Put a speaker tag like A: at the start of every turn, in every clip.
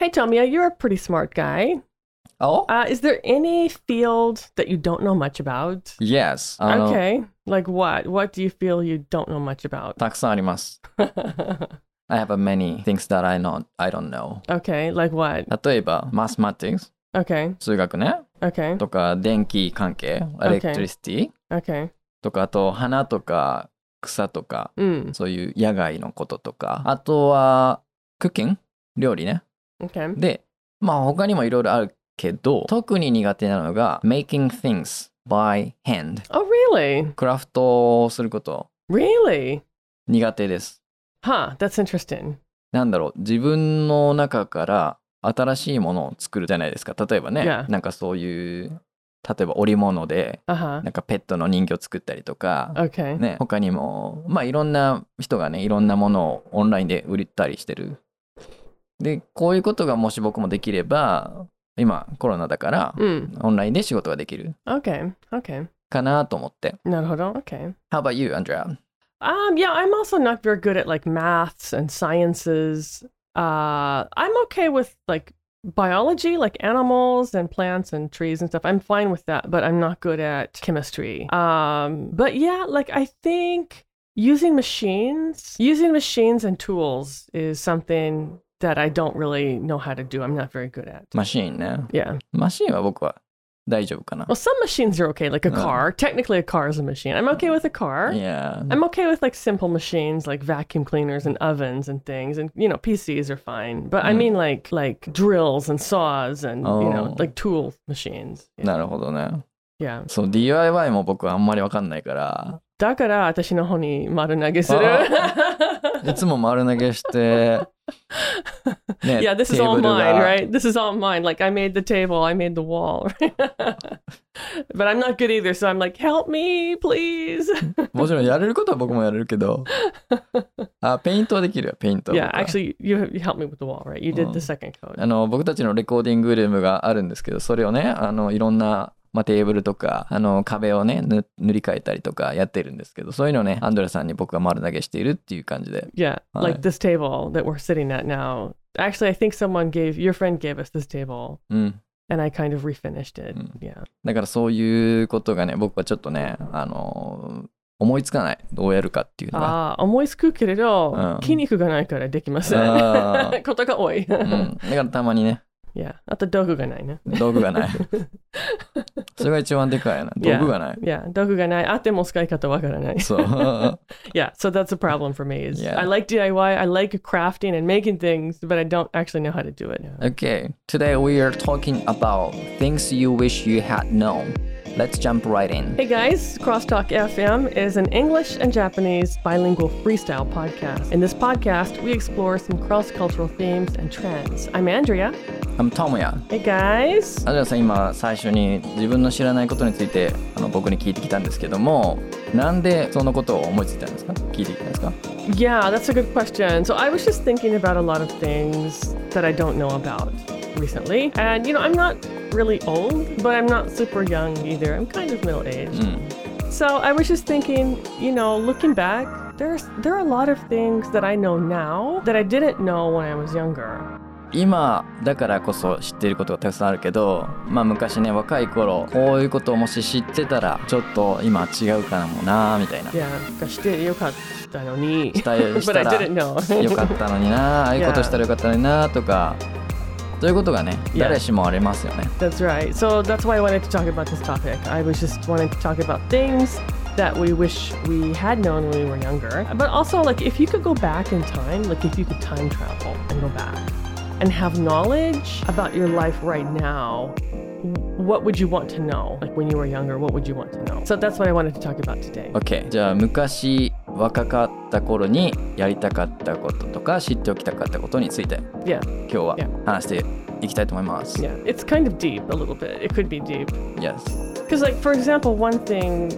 A: Hey, Tomio, you're a pretty smart guy.
B: Oh?
A: Uh, is there any field that you don't know much about?
B: yes. あの、
A: okay. Like what? What do you feel you don't know much about?
B: たくさんあります。I have a many things that I, not, I don't know.
A: okay. Like what?
B: 例えば、mathematics、
A: Okay.
B: 数学ね、
A: Okay.
B: とか、電気関係、
A: Okay.
B: electricity、
A: Okay.
B: とか、あと、花とか、草とか、
A: Mm.
B: そういう野外のこととか、あとは、クッキング料理ね。
A: Okay.
B: で、まあ他にもいろいろあるけど、特に苦手なのが、making things by hand。
A: Oh, really?
B: クラフトをすること、
A: Really?
B: 苦手です。
A: Huh. That's interesting.
B: なんだろう、自分の中から新しいものを作るじゃないですか。例えばね、
A: Yeah.
B: なんかそういう、例えば織物で、
A: Uh huh.
B: なんかペットの人形作ったりとか、
A: Okay.
B: ね、他にも、まあいろんな人がね、いろんなものをオンラインで売ったりしてる。で、こういうことがもし僕もできれば、今コロナだから、
A: Mm.
B: オンラインで仕事ができる
A: Okay. Okay.
B: かなと思って。
A: なるほど. Okay.
B: How about you, Andrea?
A: Um, yeah, I'm also not very good at like maths and sciences. Uh, I'm okay with like biology, like animals and plants and trees and stuff. I'm fine with that, but I'm not good at chemistry. Um, but yeah, like I think using machines, using machines and tools is something that I don't really know how to do. I'm not very good at.
B: マシーンね。
A: Yeah.
B: マシーンは僕は大丈夫かな
A: Well,。some machines are okay, like a
B: Uh.
A: car. Technically, a car is a machine. I'm okay with a car.
B: いや、
A: I'm okay with like simple machines like vacuum cleaners and ovens and things and you know PCs are fine but I
B: Mm.
A: mean like like drills and saws and you know
B: Oh.
A: like tool machines
B: なるほどね。
A: yeah
B: そう、DIY も僕はあんまりわかんな いから、Oh. いつも丸投げ して、ね、
A: yeah this is
B: テー
A: all
B: ブルが
A: mine right this is all mine like I made the table I made the wall but I'm not good either so I'm like help me please
B: もちろんやれることは僕もやれる けど、あ、ペイントはできるよ、ペイントは僕
A: yeah
B: は。
A: actually you you helped me with the wall right you did the
B: Oh.
A: second code
B: あの僕たちのレコーディングルームがあるんですけどそれをねあのいろんな、まあ、テーブルとかあの壁をねぬ塗り替えたりとかやってるんですけどそういうのをねアンドレさんに僕が丸投げしているっていう感じで
A: Yeah, like
B: Right.
A: this table that we're sitting at now. Actually, I think someone gave your friend gave us this table,
B: うん。
A: and I kind of refinished it.
B: Mm.
A: Yeah.
B: だからそういうことがね僕はちょっとねあの思いつかないどうやるかっていうのが。
A: ああ、思いつくけれど、
B: うん
A: 筋肉がないからできません。
B: あー
A: ことが多い。
B: うん、だからたまにね
A: yeah. あと道具がないね。
B: 道具が ないそれが一番でかいな道具がない
A: Yeah. 道具がない。あっても使い方わからない。
B: そう
A: yeah. So that's a problem for me. Is
B: Yeah.
A: I like DIY. I like crafting and making things, but I don't actually know how to do it.
B: Okay, today we are talking about things you wish you had known. Let's jump right in.
A: Hey guys, Crosstalk FM is an English and Japanese bilingual freestyle podcast. In this podcast, we explore some cross cultural themes and trends. I'm Andrea.
B: I'm Tomoya.
A: Hey guys.
B: アジアさん今最初に自分の知らないことについてあの僕に聞いてきたんですけどもなんでそのことを思いついたんですか聞いてきたんですか
A: Yeah, that's a good question. So I was just thinking about a lot of things that I don't know about recently. And, you know, I'm not really old, but I'm not super young either. I'm kind of middle aged.
B: う
A: So I was just thinking, you know, looking back, there's there are a lot of things that I know now that I didn't know when I was younger.
B: ん今だからこそ知っていることがたくさんあるけどまあ昔ね若い頃こういうことをもし知ってたらちょっと今は違うかもなみたいな
A: Yeah, してよかったのに。
B: したいし
A: but
B: た
A: I
B: ら
A: didn't know.
B: よかったのにな ああいうことしたらよかったのになとかそういうことがね
A: Yeah.
B: 誰しもありますよね
A: That's right. So that's why I wanted to talk about this topic. I was just wanting to talk about things that we wish we had known when we were younger. But also, like, if you could go back in time, like, if you could time travel and go back and have knowledge about your life right now, what would you want to know? Like, when you were younger, what would you want to know? So that's what I wanted to talk about today.
B: OK じゃあ昔若かった頃にやりたかったこととか知っておきたかったことについて
A: Yeah,
B: 今日は
A: Yeah.
B: 話していきたいと思います、
A: yeah. It's kind of deep, a little bit. It could be deep.
B: Yes
A: Because, like, for example, one thing,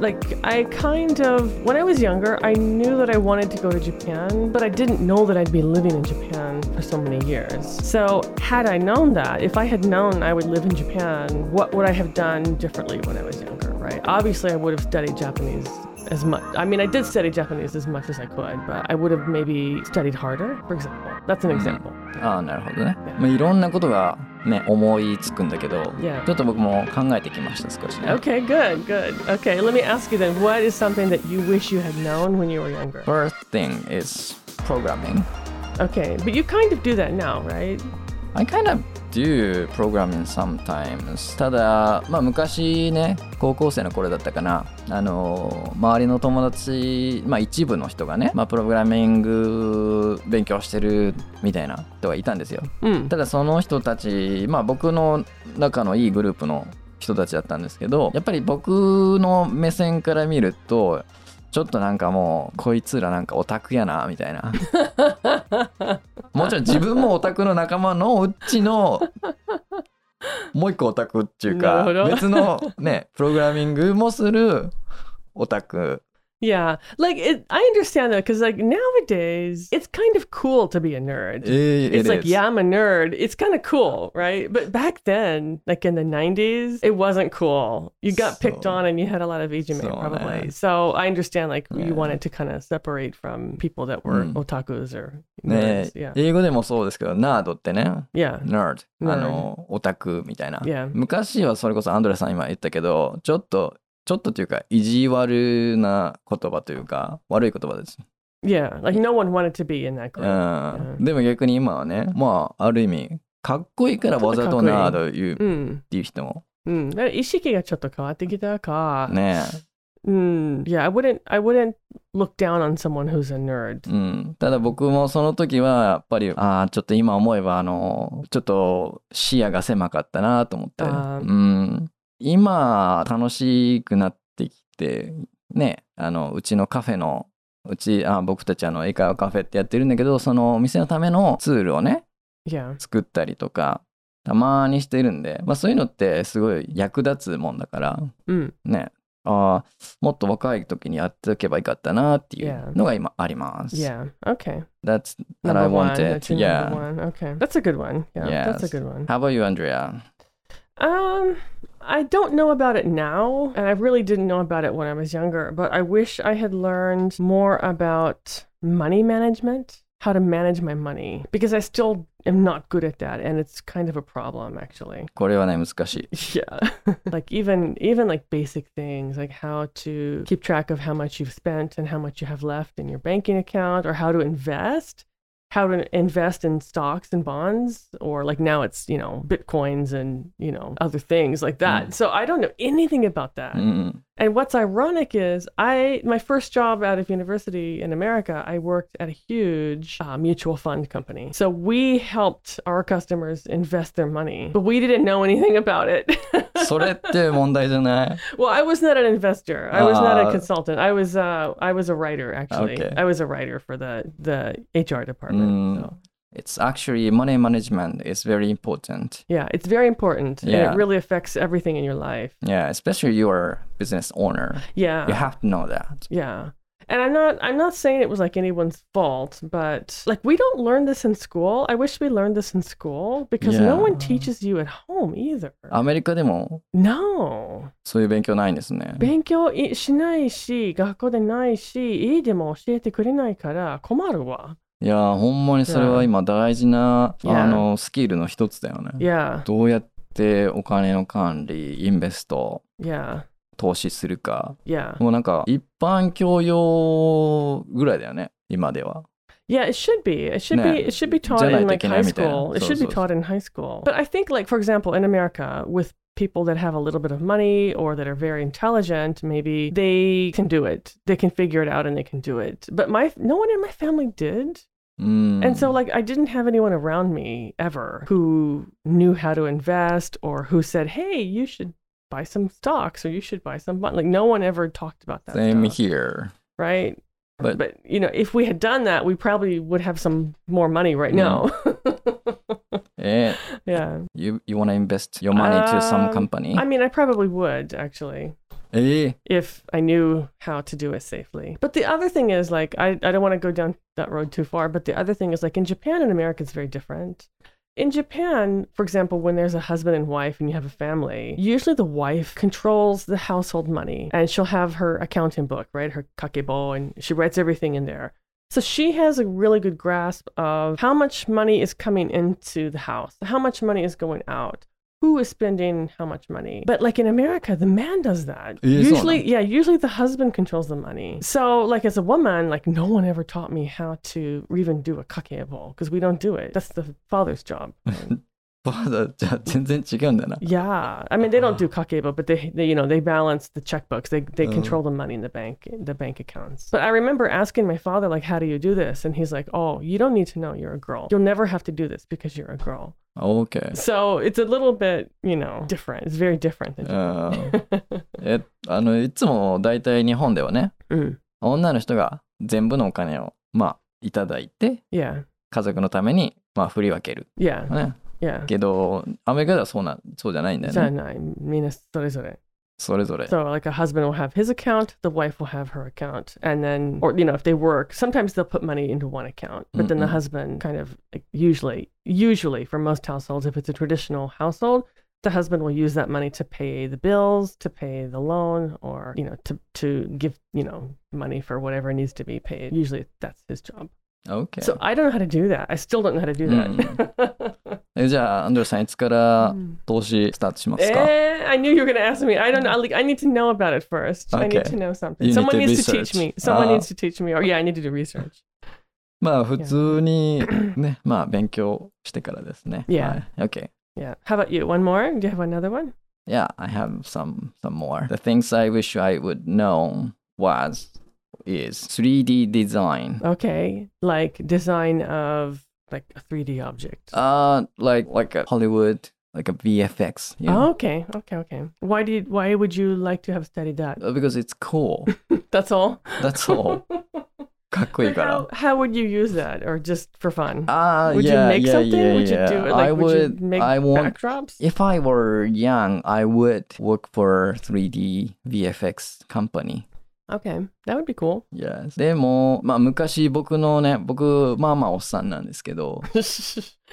A: like, I kind of, when I was younger, I knew that I wanted to go to Japan, but I didn't know that I'd be living in Japan for so many years. So, had I known that, if I had known I would live in Japan, what would I have done differently when I was younger, right? Obviously, I would have studied Japanese as much. I mean, I did study Japanese as much as I could, but I would have maybe studied harder, for example. That's an example.
B: ああなるほどね、まあ、いろんなことがね思いつくんだけど
A: Yeah.
B: ちょっと僕も考えてきました少しね
A: Okay, good, good. Okay, let me ask you then what is something that you wish you had known when you were younger?
B: First thing is programming
A: Okay, but you kind of do that now, right?
B: I kind of do programming sometimes ただまあ昔ね高校生の頃だったかなあの周りの友達まあ一部の人がねまあプログラミング勉強してるみたいな人がいたんですよ
A: Mm.
B: ただその人たちまあ僕の仲のいいグループの人たちだったんですけどやっぱり僕の目線から見るとちょっとなんかもうこいつらなんかオタクやなみたいなもちろん自分もオタクの仲間のうちのもう一個オタクっていう
A: な
B: か
A: るほど
B: 別のねプログラミングもするオタク
A: Yeah, like it, I understand that because like nowadays it's kind of cool to be a nerd.
B: えー it
A: it's like
B: is.
A: yeah i'm a nerd it's kind of cool right but back then like in the 90s it wasn't cool you got picked
B: So-
A: on and you had a lot of ijime
B: So,
A: probably
B: yeah.
A: so i understand like
B: Yeah.
A: you wanted to kind of separate from people that were
B: Mm.
A: otakus or
B: ね
A: nerds. yeah
B: 英語でもそうですけどナードってね
A: yeah
B: ナード
A: Nerd
B: あのオタクみたいな
A: yeah
B: 昔はそれこそアンドレさん今言ったけどちょっとちょっとというか意地悪な言葉というか悪い言葉です、
A: yeah like no one wanted to be in that
B: う
A: group
B: ん
A: うん
B: でも逆に今はねまあある意味かっこいいからわざとなーと言うっ
A: mm.
B: ていう人も
A: Mm. 意識がちょっと変わってきたか。
B: ね、
A: Mm. Yeah, I wouldn't I wouldn't look down on someone who's a nerd.
B: うん、ただ僕もその時はやっぱりああちょっと今思えばあのちょっと視野が狭かったなと思って、
A: あー
B: うん、今楽しくなってきてねあのうちのカフェのうちあ僕たちあの英会話カフェってやってるんだけどそのお店のためのツールをね
A: Yeah.
B: 作ったりとかたまにしてるんで、まあ、そういうのってすごい役立つもんだから
A: Mm.
B: ねあーもっと若い時にやっておけばよかったなっていうのが今あります。
A: Yeah. Okay.
B: That's that I
A: Number one.
B: wanted.
A: That's your number
B: Yeah.
A: one. Okay. That's a good one. Yeah. That's a
B: Yes.
A: good one.
B: How about you, Andrea?
A: Um I don't know about it now, and I really didn't know about it when I was younger, but I wish I had learned more about money management, how to manage my money, because I still am not good at that, and it's kind of a problem actually.
B: これはね、難しい。
A: Yeah. like even even like basic things like how to keep track of how much you've spent and how much you have left in your banking account or how to invest, how to invest in stocks and bonds or like now it's, you know, bitcoins and, you know, other things like that.
B: Mm.
A: So I don't know anything about that.
B: うん。
A: And what's ironic is I my first job out of university in America, I worked at a huge uh, mutual fund company. So we helped our customers invest their money, but we didn't know anything about it.
B: それって問題じゃない
A: well, I was not an investor. I was not a
B: Ah.
A: consultant. I was uh, I was a writer actually.
B: Okay.
A: I was a writer for the the HR department.
B: Mm.
A: So.
B: It's actually money management is very important.
A: Yeah, it's very important. And
B: Yeah.
A: it really affects everything in your life.
B: Yeah, especially you are a business owner.
A: Yeah.
B: You have to know that.
A: Yeah. And I'm not I'm not saying it was like anyone's fault, but like we don't learn this in school. I wish we learned this in school because no
B: Yeah. Uh,
A: one teaches you at home either.
B: アメリカでも
A: no.
B: そういう勉強ないんですね。
A: 勉強いしないし、学校でないし、家でも教えてくれないから困るわ。
B: いやー、ほんまにそれは今大事な、
A: Yeah.
B: あのスキルの一つだよね。
A: Yeah.
B: どうやってお金の管理、インベスト、
A: Yeah.
B: 投資するか。
A: Yeah.
B: もうなんか一般教養ぐらいだよね、今では。
A: Yeah, it should be. It should be.
B: Nah.
A: It should be taught in
B: Jedi
A: like
B: Tekken
A: high
B: Army
A: school.
B: Tekken.
A: It
B: So-
A: should be
B: so-
A: taught in high school. But I think, like for example, in America, with people that have a little bit of money or that are very intelligent, maybe they can do it. They can figure it out and they can do it. But my no one in my family did,
B: うん。
A: and so like I didn't have anyone around me ever who knew how to invest or who said, "Hey, you should." Buy some stocks, or you should buy some. Bond. Like no one ever talked about that.
B: Same
A: stuff
B: here.
A: right? But,
B: But-
A: you know, if we had done that, we probably would have some more money right now.
B: Eh,
A: yeah,
B: you you wanna invest your money to some
A: Um,
B: company?
A: I mean, I probably would actually
B: え
A: if I knew how to do it safely. But the other thing is like I I don't want to go down that road too far. But the other thing is like in Japan and America, it's very different. In Japan, for example, when there's a husband and wife and you have a family, usually the wife controls the household money and she'll have her accounting book, right? Her kakebo, and she writes everything in there. So she has a really good grasp of how much money is coming into the house, how much money is going out, who is spending how much money. But like in America, the man does that.
B: Yeah, it's not
A: usually, yeah, usually the husband controls the money. So like as a woman, like no one ever taught me how to even do a kakebo because we don't do it. That's the father's job.
B: わざじ ゃあ全然違うんだな
A: yeah, I mean they don't do kakebo, but they, they you know they balance the checkbooks. They they
B: Oh.
A: control the money in the bank the bank accounts. But I remember asking my father like, how do you do this? And he's like, oh, you don't need to know. You're a girl. You'll never have to do this because you're a girl.
B: OK
A: So it's a little bit you know different. It's very different. Than
B: うんえあのいつも大体日本ではね
A: Mm,
B: 女の人が全部のお金をまあいただいて
A: yeah,
B: 家族のためにまあ振り分ける、
A: yeah,
B: ね、
A: yeah.
B: けどアメリカではそうなんそうじゃないんだよね
A: じゃない、みんなそれぞれ。
B: それぞれ
A: So like a husband will have his account, the wife will have her account, and then or you know if they work, sometimes they'll put money into one account, but then the
B: Mm-mm.
A: husband kind of like, usually usually for most households, if it's a traditional household, the husband will use that money to pay the bills, to pay the loan, or you know to to give you know money for whatever needs to be paid. Usually that's his job.
B: OK
A: So I don't know how to do that. I still don't know how to do that.
B: えじゃあアンドレさんいつから投資スタートしますか、
A: Eh, I knew you were going to ask me. I don't know. I, like, I need to know about it first. I need
B: Okay.
A: to know something.
B: You need
A: Someone
B: to
A: needs to
B: research.
A: teach me. Someone
B: Ah.
A: needs to teach me. Or yeah, I need to do research.
B: まあ普通に ねまあ勉強してからですね
A: Yeah.
B: はい OK
A: Yeah. How about you? One more? Do you have another one?
B: Yeah, I have some some more. The things I wish I would know was is 3D design.
A: Okay. Like design of like a 3D object.
B: Uh like like a Hollywood, like a VFX, you know.
A: Oh, Okay. Okay. Okay. Why did why would you like to have studied that?
B: Uh, Because it's cool.
A: That's all.
B: That's all. かっこいい
A: Like,
B: から
A: how,。how would you use that or just for fun?
B: Ah,
A: would
B: yeah,
A: you make
B: yeah,
A: something?
B: yeah,
A: would you
B: yeah.
A: do it? Like
B: I
A: would,
B: would.
A: you make
B: I want.
A: backdrops?
B: If I were young, I would work for 3D VFX company.
A: Okay. That would be cool.
B: Yes. でも、まあ昔僕のね、僕、まあまあおっさんなんですけど、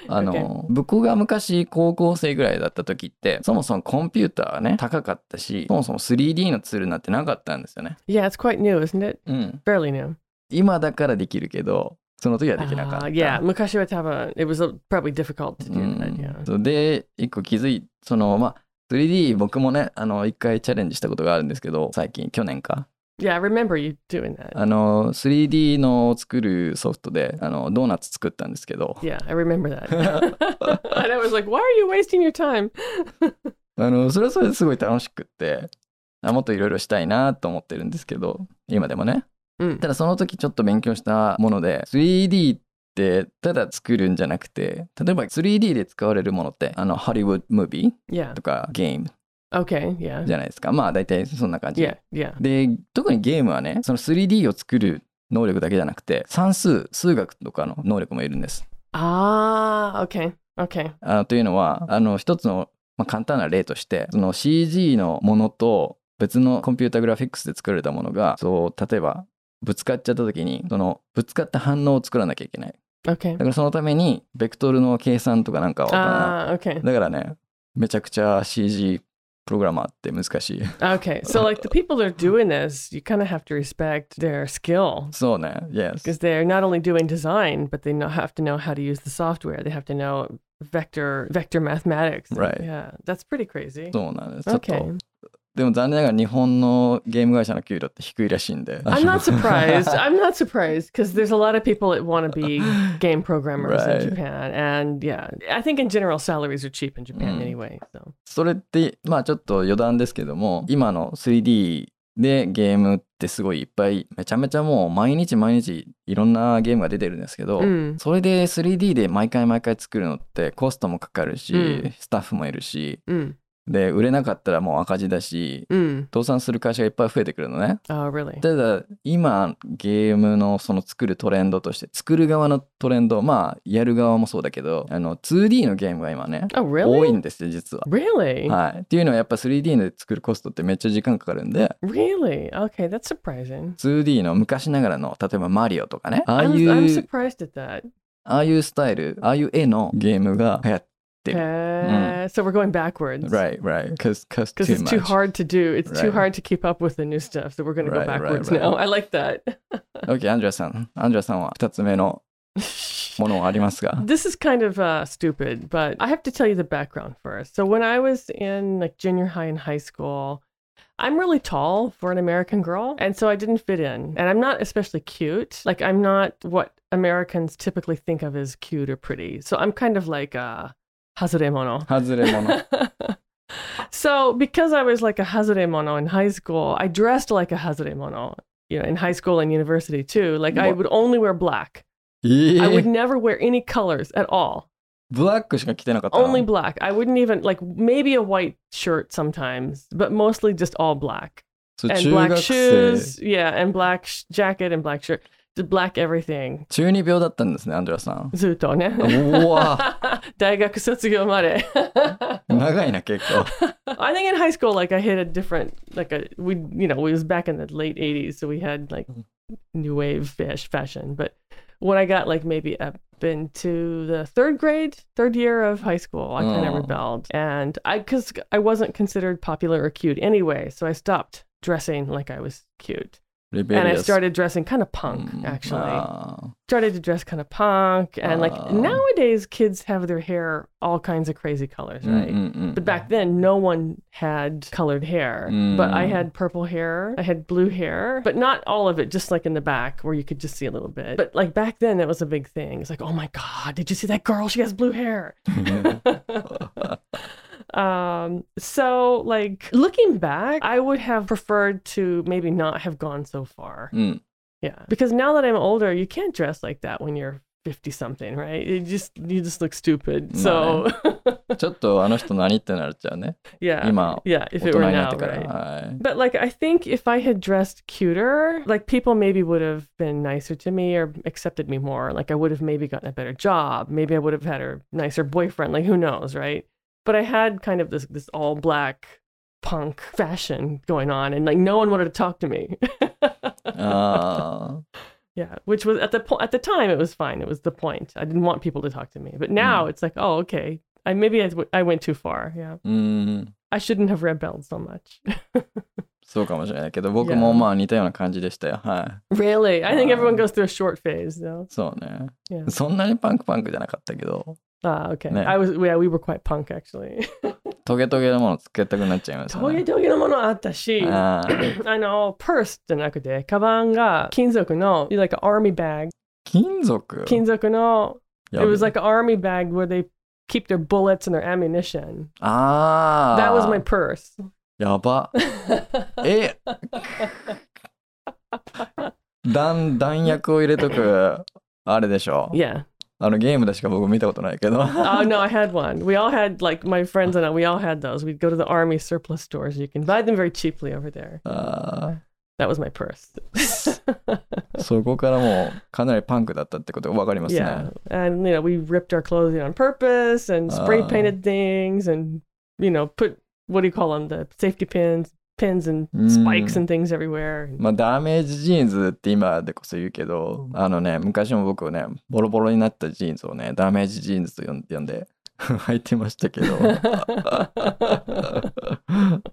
B: あの、僕が昔高校生ぐらいだった時って、そもそもコンピューターはね、高かったし、そもそも 3D のツールなんてなかったんですよね。
A: yeah, it's quite new, isn't it?
B: うん。
A: Fairly new.
B: 今だからできるけど、その時はできなかった。
A: Ah, yeah, Mukashi Wataba, it was uh, probably difficult to
B: う
A: do that.
B: ん
A: Yeah.
B: そうで、一個気づい、その、まあ、3D 僕もね、あの、一回チャレンジしたことがあるんですけど、最近、去年か。
A: Yeah, I remember you doing that.
B: あの、3D の作るソフトで、あの、ドーナツ作ったんですけど、
A: yeah, I remember that. and I was like, why are you wasting your time?
B: あの、それはそれですごい楽しくって、あもっといろいろしたいなと思ってるんですけど、今でもね。
A: Mm.
B: ただその時ちょっと勉強したもので 3D ってただ作るんじゃなくて例えば 3D で使われるものってあのハリウッドムービ
A: Yeah.
B: ーとかゲーム
A: Okay. Yeah.
B: じゃないですかまあ大体そんな感じ、
A: Yeah. Yeah.
B: で特にゲームはねその 3D を作る能力だけじゃなくて算数数学とかの能力もいるんです
A: Ah, okay. Okay.
B: あというのはあの一つの、まあ、簡単な例としてその CG のものと別のコンピュータグラフィックスで作られたものがそう例えばぶつかっちゃった時にそのぶつかった反応を作らなきゃいけない
A: Okay.
B: だからそのためにベクトルの計算とかなんかわ
A: Ah,
B: か
A: okay.
B: らないだからねめちゃくちゃ CG プログラマーって難しい
A: Okay. So, like, the people that are doing this, you kind of have to respect their skill
B: そうね Yes
A: because they're not only doing design, but they know, have to know how to use the software. They have to know vector vector mathematics.
B: Right.
A: Yeah. That's pretty crazy.
B: そうなんですちょっと、
A: Okay.
B: でも残念ながら日本のゲーム会社の給料って低いらしいんで
A: I'm not surprised. I'm not surprised because there's a lot of people that want to be game programmers
B: Right.
A: in Japan, and yeah, I think in general salaries are cheap in Japan
B: Mm.
A: anyway. So
B: それってまあちょっと余談ですけども今の 3D でゲームってすごいいっぱいめちゃめちゃもう毎日毎日いろんなゲームが出てるんですけど、
A: Mm.
B: それで 3D で毎回毎回作るのってコストもかかるし、
A: うん
B: スタッフもいるし
A: Mm.
B: で売れなかったらもう赤字だし
A: Mm.
B: 倒産する会社がいっぱい増えてくるのね
A: oh really?
B: ただ今ゲームのその作るトレンドとして作る側のトレンドまあやる側もそうだけどあの 2D のゲームが今ね
A: Oh
B: 多い
A: really?
B: んですよ実は
A: Really?
B: はい、っていうのはやっぱ 3D で作るコストってめっちゃ時間かかるんで
A: Really? Okay, that's surprising.
B: 2D の昔ながらの例えばマリオとかねああ
A: I'm,
B: い
A: I'm
B: う
A: surprised at that.
B: ああいうスタイルああいう絵のゲームが流行ってる。
A: へー So we're going backwards.
B: Mm. Right, right. Cause, cause
A: Because
B: too
A: it's too
B: much.
A: hard to do. It's too
B: Right.
A: hard to keep up with the new stuff. So we're going to go
B: Right, right,
A: backwards
B: right.
A: now. I like that.
B: OK、アンジュラさん。アンジュラさんは2つ目のものはあります か
A: This is kind of uh, stupid, but I have to tell you the background first. So when I was in like junior high and high school, I'm really tall for an American girl, and so I didn't fit in. And I'm not especially cute. Like I'm not what Americans typically think of as cute or pretty. So I'm kind of like a hazuremono.
B: 外れ者。
A: so because I was like a hazuremono in high school, I dressed like a hazuremono. You know, in high school and university too. Like I
B: What?
A: would only wear black.
B: え
A: I would
B: ー、
A: never wear any colors at all.
B: ブラックしか着てなかったの
A: Only black. I wouldn't even like maybe a white shirt sometimes, but mostly just all black
B: そう
A: and
B: 中
A: black
B: 学生。
A: shoes. Yeah, and black sh- jacket and black shirt. Just black everything.
B: 中二病だったんですね、アンジュラさん。
A: Zuto
B: うわ 長いな、結構。
A: I think in high school, like I hit a different, like a we, you know, we was back in the late '80s, so we had like
B: Mm-hmm.
A: new wave fash fashion. But when I got like maybe up into the third grade, third year of high school, I kind of
B: Oh.
A: rebelled, and I because I wasn't considered popular or cute anyway, so I stopped dressing like I was cute,
B: レベ
A: and
B: リ
A: I
B: アス。
A: started dressing kind of punk
B: うん
A: actually
B: あー
A: started to dress kind of punk and like
B: Wow.
A: nowadays kids have their hair all kinds of crazy colors
B: うん
A: right
B: うんうん
A: but back then no one had colored hair but i had purple hair i had blue hair but not all of it just like in the back where you could just see a little bit but like back then that was a big thing it's like oh my god did you see that girl she has blue hair um so like looking back i would have preferred to maybe not have gone so far
B: うん
A: yeah. Because now that I'm older, you can't dress like that when you're 50 something, right? You just you just look stupid. So
B: ちょっとあの人何ってなっちゃうね。
A: yeah.
B: 今、
A: Yeah, if
B: 大人
A: it
B: に
A: were
B: なっ
A: now,
B: てから。
A: right?
B: はい。
A: But like I think if I had dressed cuter, like people maybe would have been nicer to me or accepted me more. Like I would have maybe gotten a better job. Maybe I would have had a nicer boyfriend. Like who knows, right? But I had kind of this this all black punk fashion going on and like no one wanted to talk to me.
B: ああ。
A: Yeah, which was at the po- at the time it was fine. It was the point. I didn't want people to talk to me, but now it's like, oh, okay, I maybe I, w- I went too far. Yeah,
B: うん。
A: I shouldn't have rebelled so much.
B: そうかもしれないけど、僕もまあ似たような感じでしたよ。は
A: really, I think everyone
B: Um,
A: goes through a short phase though.
B: い。そうね。
A: Yeah.
B: そんなにパンクパンクじゃなかったけど、
A: Ah, okay.
B: No.
A: I was yeah, we were quite punk actually.
B: トゲトゲのものつけたくなっちゃいますよね。
A: あの、purse
B: あー
A: じゃなくて、カバンが金属の、like an army bag.
B: 金属
A: 金属の、
B: や
A: it
B: べ
A: was like an army bag where they keep their bullets and their ammunition.
B: ああ。
A: That was my purse.
B: やば。え弾弾薬を入れとく、あれでしょ
A: yeah.
B: あのゲームでしか僕見たことないけど。
A: Oh no, I had one. We all had like my friends and I. We all had those. We'd go to the army surplus stores. You can buy them very cheaply over there.
B: あ
A: That was my purse.
B: ーそこからもうかなりパンクだったってことが分かりますね。
A: yeah, and you know we ripped our clothing on purpose and spray
B: Ah.
A: painted things and you know put what do you call them the safety pins, pins and spikes
B: Mm.
A: and things everywhere.
B: まあダメージジーンズって今でこそ言うけど、あのね昔も僕ねボロボロになったジーンズをねダメージジーンズと呼ん呼んで 履いてましたけどちょっ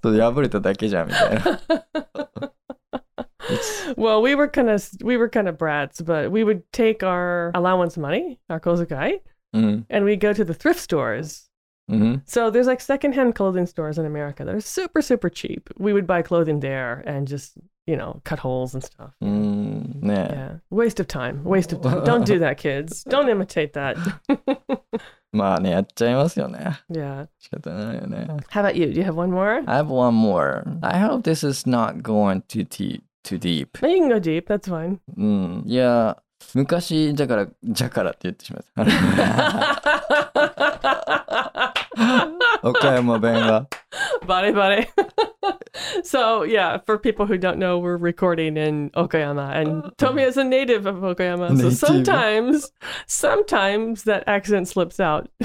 B: と破れただけじゃんみたいな
A: Well, we were kind of we were kind of brats, but we would take our allowance money, our kozukai,
B: うん、
A: and we'd go to the thrift stores
B: うん、
A: So there's like secondhand clothing stores in America that are super, super cheap. We would buy clothing there and just, you know, cut holes and stuff.
B: うんねえ、
A: Yeah. Waste of time. Waste of time. Don't do that, kids. Don't imitate that.
B: まあねやっちゃいますよね
A: yeah.
B: 仕方ないよね
A: How about you? Do you have one more?
B: I have one more I hope this is not going too deep too deep
A: No, you can go deep. That's fine.
B: うんいや昔だからだからって言ってしまった 岡山弁が
A: Body, body. so, yeah, for people who don't know, we're recording in Okayama, and Tomi is a native of Okayama. So
B: Native.
A: sometimes, sometimes that accent slips out.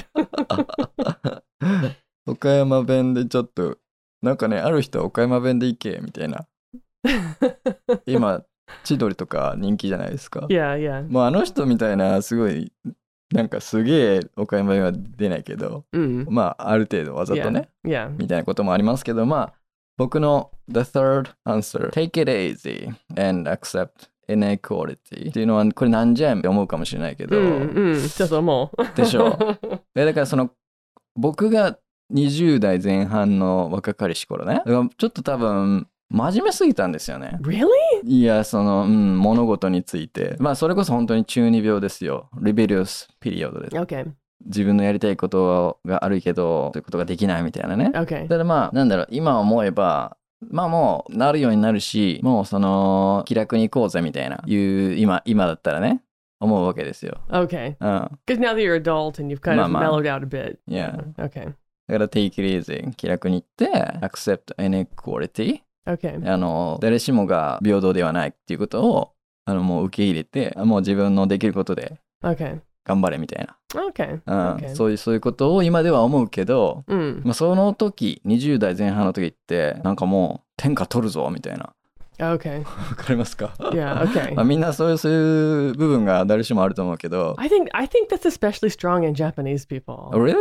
B: 岡山弁でちょっとなんかねある人は岡山弁で行けみたいな今千鳥とか人気じゃないですか
A: Yeah, yeah.
B: もうあの人みたいなすごいなんかすげえ岡山弁は出ないけど、
A: Mm.
B: まあある程度わざとね、
A: Yeah.
B: みたいなこともありますけど、まあ僕の The third answer, take it easy and accept inequality っていうのはこれなんじゃやんって思うかもしれないけど、
A: Mm, mm. ちょっともう。
B: で しょう。えだからその僕が20代前半の若かりし頃ね、だからちょっと多分真面目すぎたんですよね。
A: really?
B: いや、その、うん、物事について。まあ、それこそ本当に中二病ですよ。リベリウスピリオドです。
A: Okay.
B: 自分のやりたいことがあるけど、そういうことができないみたいなね。
A: Okay.
B: ただまあ、なんだろう、今思えば、まあもう、なるようになるし、もうその、気楽に行こうぜみたいな、いう、今、今だったらね、思うわけですよ。
A: Okay.
B: うん。
A: Because now that you're adult and you've kind of
B: Ma- ma.
A: mellowed out a bit.
B: Yeah.
A: Okay.
B: だから take it easy 気楽に言って accept inequality
A: Okay.
B: あの誰しもが平等ではないっていうことをあのもう受け入れてもう自分のできることで
A: Okay.
B: 頑張れみたい
A: Okay.
B: な、うん
A: Okay.
B: そういうそういうことを今では思うけど、
A: Mm.
B: まあ、その時20代前半の時ってなんかもう天下取るぞみたいな
A: Okay.
B: わかりますか
A: Yeah. Okay.
B: まあみんなそういうそういう部分が誰しもあると思うけど
A: I think I think that's especially strong in Japanese people.
B: Really?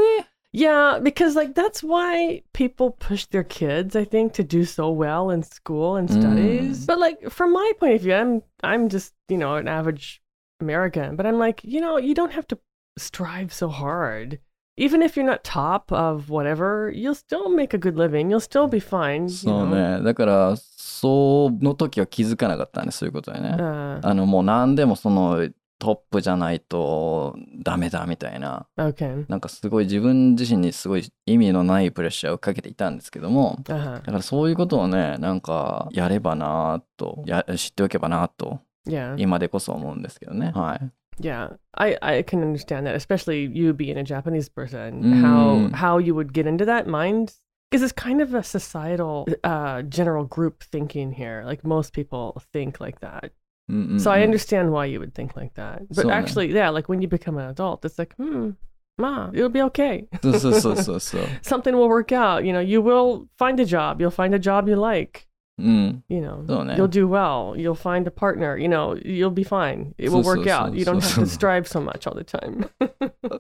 A: Yeah, because like that's why people push their kids, I think, to do so well in school and studies. But like from my point of view, I'm I'm just, you know, an average American, but I'm like, you know, you don't have to strive so hard. Even if you're not top of whatever, you'll still make a good living. You'll still be fine. you
B: そう
A: know?
B: ねだからその時は気づかなかったねそういうことにね
A: Uh,
B: あのもう何でもそのトップじゃないとダメだみたいな
A: okay.
B: なんかすごい自分自身にすごい意味のないプレッシャーをかけていたんですけども
A: Uh-huh.
B: だからそういうことをねなんかやればなぁとや知っておけばなぁと
A: Yeah.
B: 今でこそ思うんですけどねはい
A: Yeah, I, I can understand that, especially you being a Japanese person,
B: Mm.
A: how how you would get into that mind because it's kind of a societal, uh, general group thinking here. Like most people think like that,
B: うんうんうん
A: so I understand why you would think like that. But
B: So, yeah.
A: actually, yeah, like when you become an adult, it's like, hmm, ma, it'll be okay.
B: そうそうそうそうそう
A: Something will work out. You know, you will find a job. You'll find a job you like.
B: うん、
A: You know,
B: So, yeah.
A: you'll do well. You'll find a partner. You know, you'll be fine. It will
B: So,
A: work
B: so,
A: out.
B: so,
A: you don't
B: so,
A: have to
B: so.
A: strive so much all the time.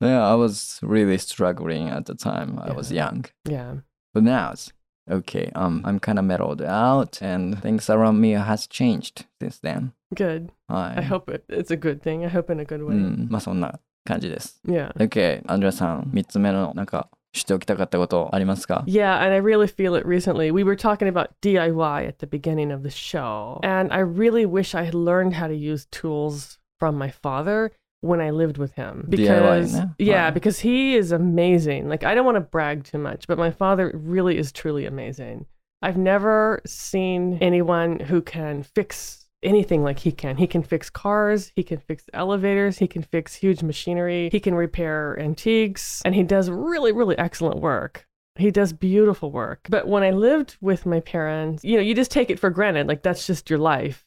B: yeah, I was really struggling at the time I was young
A: Yeah.
B: But now it's okay. Um, I'm kind of mellowed out, and things around me has changed since then.
A: Good.
B: はい。
A: I hope it, it's a good thing. I hope in a good
B: う
A: way.
B: ん、まあそんな感じです。
A: Yeah.
B: OK、アンジュラさん、3つ目のなんか知っておきたかったことありますか
A: Yeah, and I really feel it recently. We were talking about DIY at the beginning of the show, and I really wish I had learned how to use tools from my father when I lived with him because
B: DIY ね。
A: yeah,
B: Wow.
A: because he is amazing. Like I don't want to brag too much, but my father really is truly amazing. I've never seen anyone who can fix anything like he can. He can fix cars, he can fix elevators, he can fix huge machinery, he can repair antiques, and he does really, really excellent work. He does beautiful work. But when I lived with my parents, you know, you just take it for granted. Like that's just your life.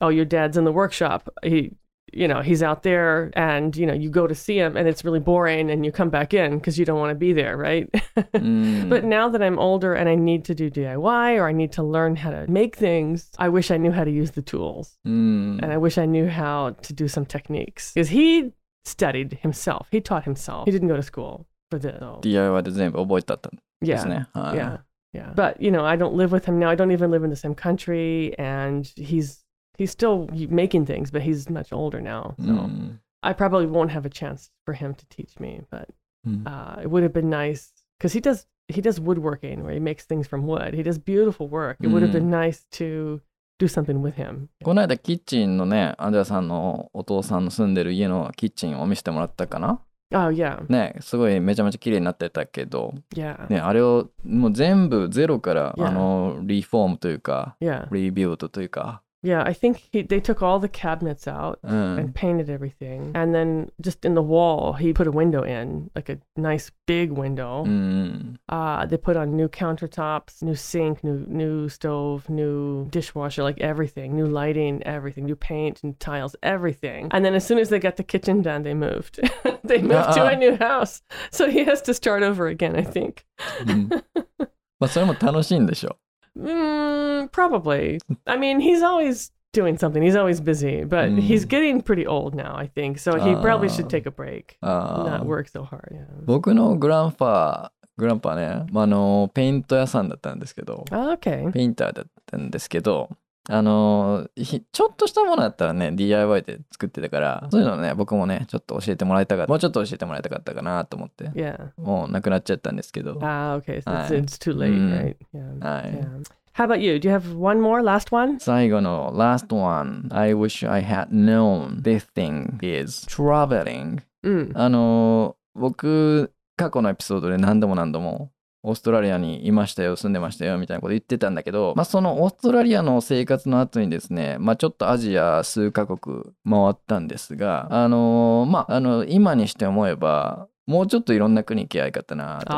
A: Oh, your dad's in the workshop. He you know he's out there and you know you go to see him and it's really boring and you come back in because you don't want to be there right
B: うん。
A: but now that i'm older and i need to do diy or i need to learn how to make things i wish i knew how to use the tools
B: うん。
A: and i wish i knew how to do some techniques because he studied himself he taught himself he didn't go to school for this so-
B: DIY で全部覚えたったんで
A: yeah
B: すね。はい。
A: yeah Uh, yeah but you know i don't live with him now i don't even live in the same country and he's he's still making things but he's much older now so
B: うん。
A: I probably won't have a chance for him to teach me, but
B: うん。
A: uh, it would have been nice because he does he does woodworking where he makes things from wood. He does beautiful work. It would have been nice to do something with him.
B: この間キッチンのね、アンジュラさんのお父さんの住んでる家のキッチンを見せてもらったかな
A: Oh yeah,
B: ね、すごいめちゃめちゃ綺麗になってたけど、
A: yeah,
B: ね、あれをもう全部ゼロから、
A: Yeah.
B: あのリフォームというか
A: yeah,
B: リビュートというか、
A: yeah. I think he, they took all the cabinets out
B: うん
A: and painted everything, and then just in the wall he put a window in, like a nice big window.
B: うん、
A: Uh, they put on new countertops, new sink, new new stove, new dishwasher, like everything, new lighting, everything, new paint and tiles, everything. And then as soon as they got the kitchen done, they moved. they moved to a
B: Nuh-uh.
A: new house, so he has to start over again. I think.
B: うん まあそれも楽しいんでしょ
A: Mm, probably. I mean, he's always doing something. He's always busy, but
B: Mm.
A: he's getting pretty old now, I think. So he probably should
B: Ah.
A: take a break,
B: あー
A: not work so hard. Yeah.
B: 僕のグランファーグランパーね、まあ、あのペイント屋さんだったんですけど
A: Ah, Okay.
B: ペインターだったんですけどあのひちょっとしたものだったらね DIY で作ってたからそういうのね僕もねちょっと教えてもらいたかったもうちょっと教えてもらいたかったかなと思って
A: Yeah.
B: もうなくなっちゃったんですけど
A: Ah, okay. So it's,
B: Aye.
A: it's too late,
B: Mm.
A: right? Yeah.
B: はい
A: yeah. How about you? Do you have one more? Last one?
B: 最後の last one I wish I had known this thing is traveling
A: Mm.
B: あのー僕過去のエピソードで何度も何度もオーストラリアにいましたよ住んでましたよみたいなこと言ってたんだけど、まあ、そのオーストラリアの生活の後にですね、まあ、ちょっとアジア数カ国回ったんですが、あのーまあ、あの今にして思えばもうちょっといろんな国行きゃよかったなと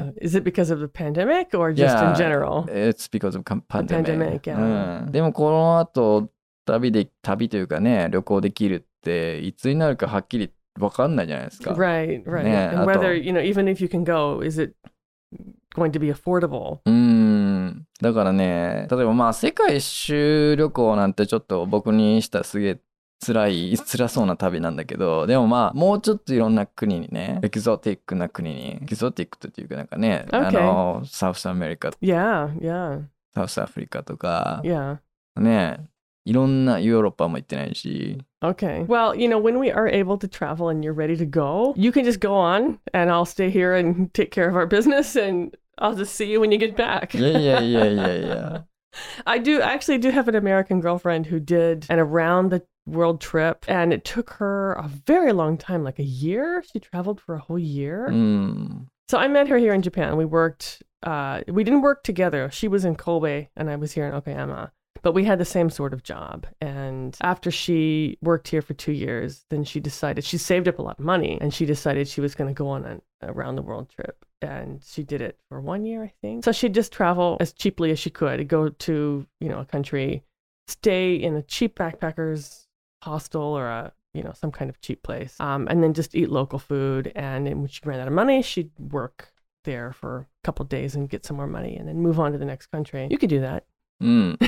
B: 思って。
A: Ah, is it because of the pandemic or just
B: Yeah.
A: in general?
B: It's because of pan-
A: pandemic,
B: pandemic.
A: yeah.
B: うんでもこの後旅で旅というかね旅行できるっていつになるかはっきり分かんないじゃないですか。
A: Right, right.
B: Yeah,
A: and
B: I
A: whether,
B: thought-
A: you know, even if you can go, is it going to be affordable?
B: うーん。だからね、例えばまあ世界一周旅行なんてちょっと僕にしたらすげえ辛い、 辛そうな旅なんだけど、でもまあもうちょっといろんな国にね、エキゾティックな国に、エキゾティックというかなんかね、
A: Okay.
B: あの、サウスアメリカ、
A: Yeah, yeah,
B: サウスアフリカとか、
A: yeah.
B: ね、いろんなヨーロッパも行ってないし、
A: Okay. Well, you know, when we are able to travel and you're ready to go, you can just go on and I'll stay here and take care of our business and I'll just see you when you get back.
B: いやいやいやいやいや。
A: I do I actually do have an American girlfriend who did an around the world trip and it took her a very long time, like a year. She traveled for a whole year.
B: うん。
A: So I met her here in Japan. We worked. Uh, we didn't work together. She was in Kobe and I was here in Okayama. But we had the same sort of job. And after she worked here for two years, then she decided she saved up a lot of money and she decided she was going to go on an around the world trip. And she did it for one year, I think. So she'd just travel as cheaply as she could, go to, you know, a country, stay in a cheap backpacker's hostel or a you know some kind of cheap place um, and then just eat local food and then when she ran out of money she'd work there for a couple of days and get some more money and then move on to the next country you could do that
B: うん。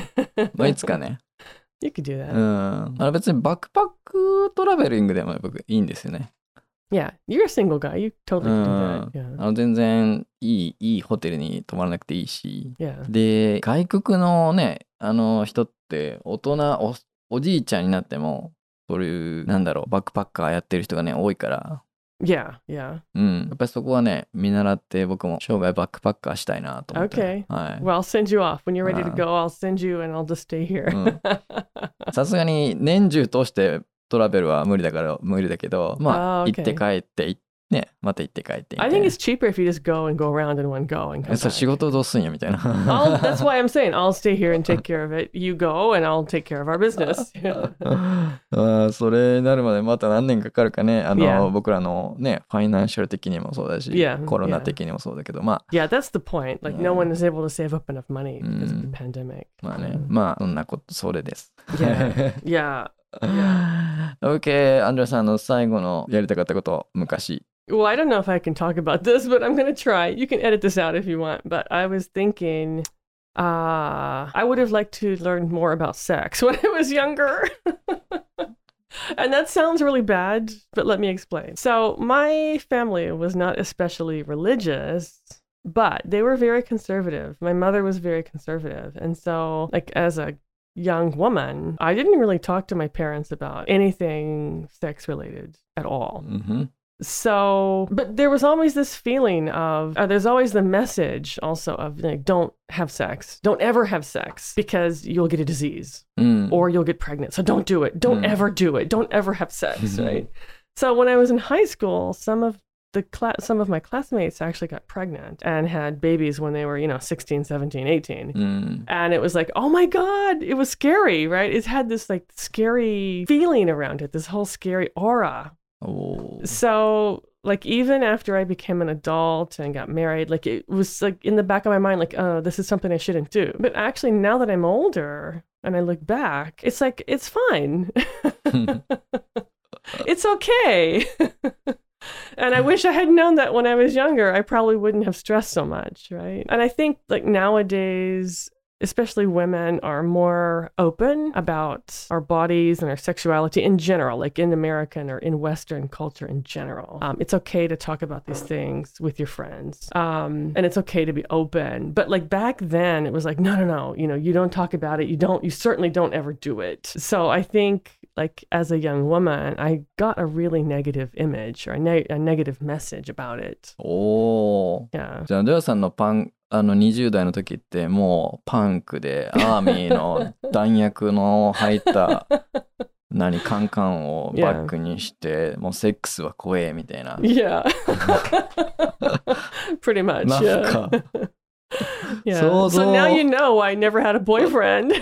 B: まあいつかね。
A: you could do that
B: Uh, うん。あの別にバックパックトラベリングでも僕いいんですよね。
A: yeah you're a single guy you totally could do that
B: あの全然いいいいホテルに泊まらなくていいし
A: yeah yeah
B: で外国のねあの人って大人おおじいちゃんになってもそういうなんだろうバックパッカーやってる人がね多いから、
A: yeah yeah
B: うん、やっぱりそこはね見習って僕も生涯バックパッカーしたいなと思ってね、はい
A: well i'll send you off when you're ready to
B: Uh.
A: go i'll send you and i'll just stay here
B: うんさすがに年中通してトラベルは無理だから無理だけどまあ、
A: あー OK
B: 行って帰って行っねまた行って帰ってみた
A: i
B: い
A: think
B: な
A: it's cheaper if you just go and go around in one go and come
B: えそう
A: back.
B: 仕事どうすんやみたい な
A: I'll, that's why I'm saying I'll stay here and take care of it. You go, and I'll take care of our business.
B: あーそれになるまでまた何年かかるかねあの
A: Yeah.
B: 僕らのねファイナンシャル的にもそうだし
A: Yeah,
B: コロナ
A: yeah.
B: 的にもそうだけどま
A: Yeah, that's the point. Like, no one is able to save up enough money because of the
B: Mm.
A: pandemic.
B: あまあね
A: Mm.
B: まあそんなことそれです。
A: Yeah. Yeah.
B: OK アンドレさんの最後のやりたかったこと昔
A: Well, I don't know if I can talk about this, but I'm going to try. You can edit this out if you want. But I was thinking, uh, I would have liked to learn more about sex when I was younger. and that sounds really bad, but let me explain. So, my family was not especially religious. But they were very conservative. My mother was very conservative. And so, like, as a young woman, I didn't really talk to my parents about anything sex related at all.
B: うんふん
A: So, but there was always this feeling of, uh, there's always the message also of like, don't have sex. Don't ever have sex because you'll get a disease
B: うん、
A: or you'll get pregnant. So don't do it. Don't
B: Mm.
A: ever do it. Don't ever have sex, right? So when I was in high school, some of the cla- some of my classmates actually got pregnant and had babies when they were, you know, 16, 17, 18
B: Hmm. うん
A: and it was like oh my god it was scary right it had this like scary feeling around it this whole scary aura
B: おー
A: so like even after i became an adult and got married like it was like in the back of my mind like oh this is something i shouldn't do but actually now that i'm older and i look back it's like it's fine it's okay and i wish i had known that when i was younger i probably wouldn't have stressed so much right and i think like nowadays especially women are more open about our bodies and our sexuality in general, like in American or in Western culture in general. Um, it's okay to talk about these things with your friends, um, and it's okay to be open. But like back then, it was like, no, no, no, you know, you don't talk about it. You don't. You certainly don't ever do it. So I think. Like as a young woman, I got a really negative image or a, ne- a negative message about it.
B: おー
A: Yeah.
B: じゃあジョアさんのパンあの20代の時ってもうパンクでアーミー の弾薬の入った何カンカンをバックにしてもうセックスは怖えみたいな
A: Yeah. Pretty much.
B: なん
A: yeah.
B: か
A: Yeah.
B: So
A: So, now
B: though-
A: you know I never had a boyfriend.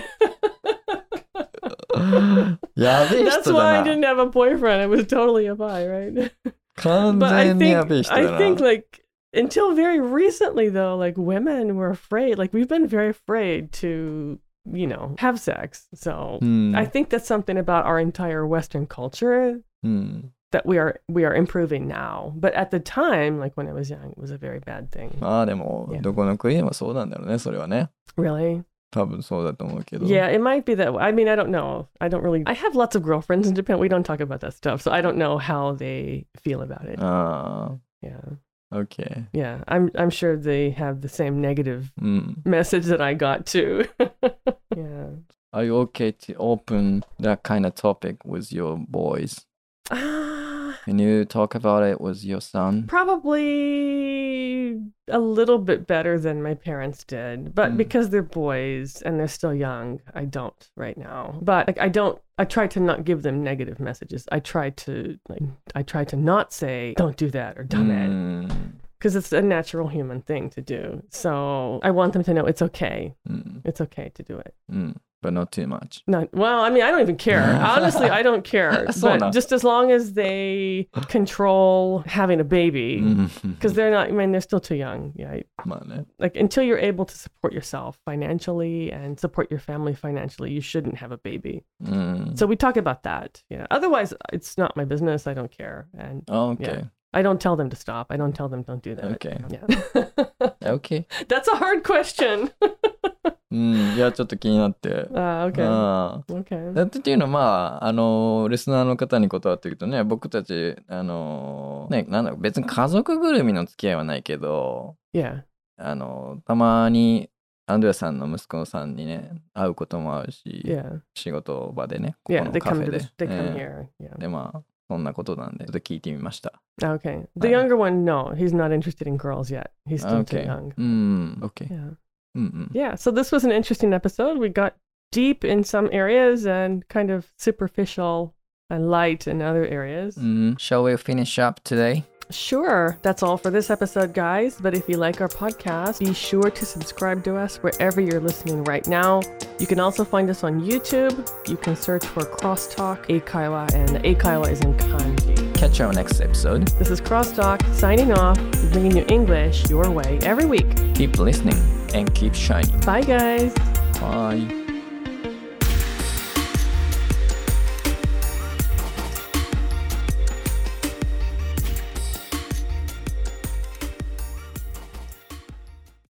B: やべ え
A: That's
B: 人
A: why I
B: だな
A: didn't have a boyfriend. I was totally a bi, right?
B: 完
A: But I
B: 全にや
A: think
B: べえ人
A: I
B: だ
A: think
B: な
A: like until very recently though, like women were afraid. Like we've been very afraid to, you know, have sex. So
B: うん
A: I think that's something about our entire Western culture
B: うん、
A: that we are we are improving now. But at the time, like when I was young, it was a very bad thing.
B: まあでも
A: Yeah.
B: どこの国でもそうなんだろうねそれはね
A: Really?
B: 多分そうだと思うけど
A: Yeah, it might be that. I mean, I don't know. I don't really. I have lots of girlfriends in Japan. We don't talk about that stuff, so I don't know how they feel about
B: Oh.
A: it.
B: あ
A: yeah,
B: あ OK
A: yeah. I'm I'm sure they have the same negative
B: うん
A: message that I got too. yeah.
B: Are you okay to open that kind of topic with your boys?
A: Ah,
B: Can you talk about it with your son?
A: Probably a little bit better than my parents did, but
B: Mm.
A: because they're boys and they're still young, I don't right now. But like, I don't. I try to not give them negative messages. I try to like, I try to not say "don't do that" or "done it" because it's a natural human thing to do. So I want them to know it's okay.
B: Mm,
A: It's okay to do it.
B: mm, mm, but not too much.
A: Not well. I mean, I don't even care. Honestly, I don't care.
B: So
A: but
B: nice.
A: just as long as they control having a baby.
B: Mm-hmm.
A: because they're not. I mean, they're still too young. Yeah,
B: まあね。
A: like until you're able to support yourself financially and support your family financially, you shouldn't have a baby.
B: うん。
A: So we talk about that. Yeah. Otherwise, it's not my business. I don't care, and
B: Okay.
A: I don't tell them to stop. I don't tell them don't do that.
B: Okay.
A: Yeah.
B: Okay.
A: That's a hard question.
B: うん。いや、ちょっと気になって。
A: Uh, okay.
B: ああ
A: okay.
B: だってっていうのは、まあ、あの、リスナーの方に断ってるとね、僕たち、あの、ね、なんだろう、別に家族ぐるみの付き合いはないけど、
A: Yeah.
B: あの、たまに、アンドレアさんの息子さんにね、会うこともあるし、
A: Yeah.
B: 仕事場でね、ここ
A: Yeah.
B: の
A: They
B: カフ
A: come
B: ェ
A: to
B: で
A: this. They。come
B: え
A: here. Yeah.
B: えで、まあ、そんなことなんで、ちょっと聞いてみました。
A: Okay. The
B: Right.
A: younger one, no, he's not interested in girls yet. He's still too
B: Okay.
A: young.
B: うん、OK。
A: Yeah.
B: うんうん。
A: Yeah, so this was an interesting episode. We got deep in some areas and kind of superficial and light in other areas.
B: うん、Shall we finish up today?
A: Sure, that's all for this episode, guys. But if you like our podcast, be sure to subscribe to us wherever you're listening right now. You can also find us on YouTube. You can search for Crosstalk Akaiwa, and the Akaiwa is in kanji.
B: Catch our next episode.
A: This is Crosstalk signing off, bringing you English your way every week.
B: Keep listening and keep shining.
A: Bye, guys.
B: Bye.